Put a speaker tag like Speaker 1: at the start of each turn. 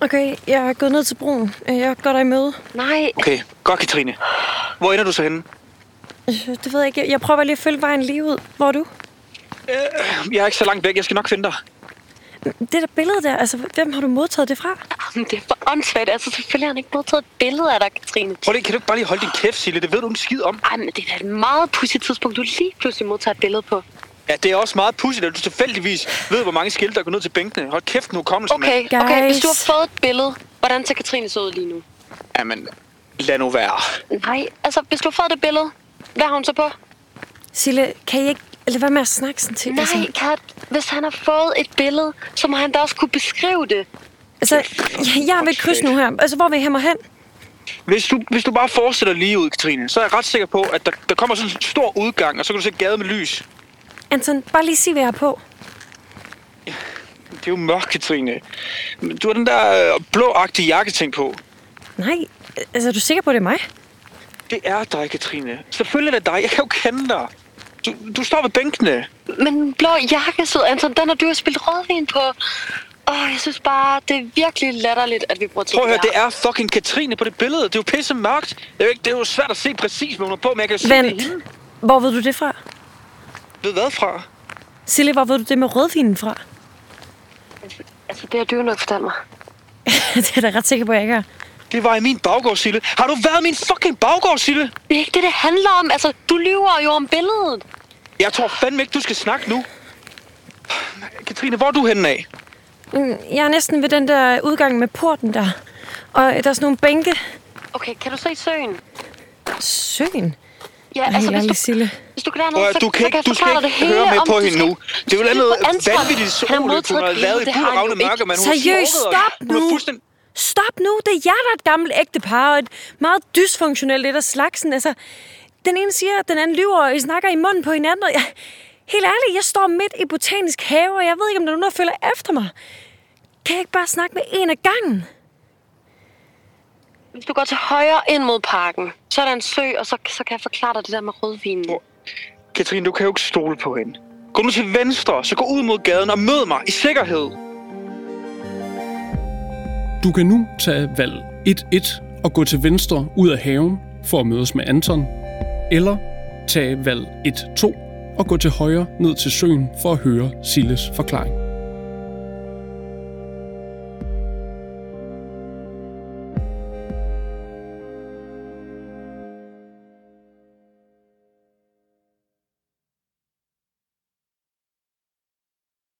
Speaker 1: Okay, jeg er gået ned til broen. Øh, Jeg går dig i møde.
Speaker 2: Nej,
Speaker 3: Okay, godt, Katrine. Hvor ender du så henne?
Speaker 1: Øh, Det ved jeg ikke. Jeg- Jeg prøver lige at følge vejen lige ud. Hvor er du?
Speaker 3: Jeg er ikke så langt væk, jeg skal nok finde dig.
Speaker 1: Det der billede der, altså hvem har du modtaget det fra?
Speaker 2: jamen, det er for åndssvagt. Altså, selvfølgelig har han ikke modtaget et billede af dig, Katrine.
Speaker 3: Prøv lige, kan du ikke bare lige holde din kæft, Sille? Det ved du en skid om.
Speaker 2: Ej, men det er da et meget pudsigt tidspunkt, du lige pludselig modtager et billede på.
Speaker 3: Ja, det er også meget pudsigt, at du tilfældigvis ved, hvor mange skilte, der går ned til bænkene. Hold kæft nu, kommelse,
Speaker 2: Okay,
Speaker 1: Guys.
Speaker 2: okay, hvis du har fået et billede, hvordan ser Katrine så ud lige nu?
Speaker 3: Jamen, lad nu være.
Speaker 2: Nej, altså, hvis du har fået det billede, hvad har hun så på?
Speaker 1: Sille, kan I ikke lade være med at snakke sådan til? altså,
Speaker 2: Nej, Kat, hvis han har fået et billede, så må han da også kunne beskrive det.
Speaker 1: altså, jeg- jeg er ved et kryds nu her. Altså, hvor vil I have mig hen?
Speaker 3: Hvis du, hvis du bare fortsætter lige ud, Katrine, så er jeg ret sikker på, at der, der kommer sådan en stor udgang, og så kan du se gade med lys.
Speaker 1: Anton, bare lige sig, hvad jeg har på.
Speaker 3: Det er jo mørkt, Katrine. Men Du har den der øh, blåagtige jakketing på.
Speaker 1: Nej, altså, er du sikker på, det er mig?
Speaker 3: Det er dig, Katrine. Selvfølgelig er det dig. Jeg kan jo kende dig. Du, du står ved bænkene.
Speaker 2: Men den blå jakke, sød Anton, den har du jo spillet rødvin på. Åh, jeg synes bare, det er virkelig latterligt, at vi bruger tid
Speaker 3: Prøv at høre,
Speaker 2: på
Speaker 3: det er fucking Katrine på det billede. Det er jo pisse mørkt. Det er jo, ikke, det er jo svært at se præcis, hvad hun har på, men jeg kan jo se det
Speaker 1: Vent,
Speaker 3: i hende.
Speaker 1: hvor ved du det fra?
Speaker 3: Ved hvad fra?
Speaker 1: Sille, hvor ved du det med rødvinen fra?
Speaker 2: her. Altså, det har du jo nok fortalt mig.
Speaker 1: det er jeg da ret sikker på, jeg ikke er.
Speaker 3: Det var i min baggård, Sille. Har du været i min fucking baggård, Sille?
Speaker 2: Det er ikke det, det handler om. Altså, du lyver jo om billedet.
Speaker 3: Jeg tror fandme ikke, du skal snakke nu. Katrine, hvor er du henne af?
Speaker 1: Mm, Jeg er næsten ved den der udgang med porten der. Og der er sådan nogle bænke.
Speaker 2: Okay, kan du se søen?
Speaker 1: Søen?
Speaker 2: Ja,
Speaker 1: Ej, altså, ærlig,
Speaker 2: hvis du,
Speaker 1: Sille.
Speaker 2: hvis du kan
Speaker 3: Prøv,
Speaker 2: dernede,
Speaker 3: at-
Speaker 2: så,
Speaker 3: du kan
Speaker 2: så
Speaker 3: ikke,
Speaker 2: kan jeg
Speaker 3: du skal
Speaker 2: forklare
Speaker 3: ikke
Speaker 2: dig hele
Speaker 3: høre mere
Speaker 2: om,
Speaker 3: på
Speaker 2: du
Speaker 3: hende
Speaker 2: skal-
Speaker 3: nu. Det er jo et eller
Speaker 2: du skal
Speaker 3: andet
Speaker 2: ikke få ansvar.
Speaker 3: vanvittigt
Speaker 2: Han har
Speaker 3: solut, hun
Speaker 2: modtaget
Speaker 3: har
Speaker 2: et
Speaker 3: lavet i
Speaker 2: billede, det har
Speaker 3: guld og
Speaker 2: han jo
Speaker 3: ravne mørke,
Speaker 2: ikke.
Speaker 3: men hun er
Speaker 1: Seriøst,
Speaker 3: forrådet.
Speaker 1: stop
Speaker 3: Hun er
Speaker 1: nu.
Speaker 3: fuldstændig...
Speaker 1: Stop nu, det er jeg, der er et gammelt ægtepar, og et meget dysfunktionelt et af slagsen. Altså, den ene siger, at den anden lyver, og I snakker i munden på hinanden. Og jeg, helt ærligt, jeg står midt i botanisk have, og jeg ved ikke, om der er nogen, der følger efter mig. Kan jeg ikke bare snakke med en af gangen?
Speaker 2: Hvis du går til højre ind mod parken, så er der en sø, og så, så kan jeg forklare dig det der med rødvinen.
Speaker 3: Hvor- Katrine, du kan jo ikke stole på hende. Gå nu til venstre, så gå ud mod gaden og mød mig i sikkerhed.
Speaker 4: Du kan nu tage valg 1-1 og gå til venstre ud af haven for at mødes med Anton, eller tage valg 1-2 og gå til højre ned til søen for at høre Silles forklaring.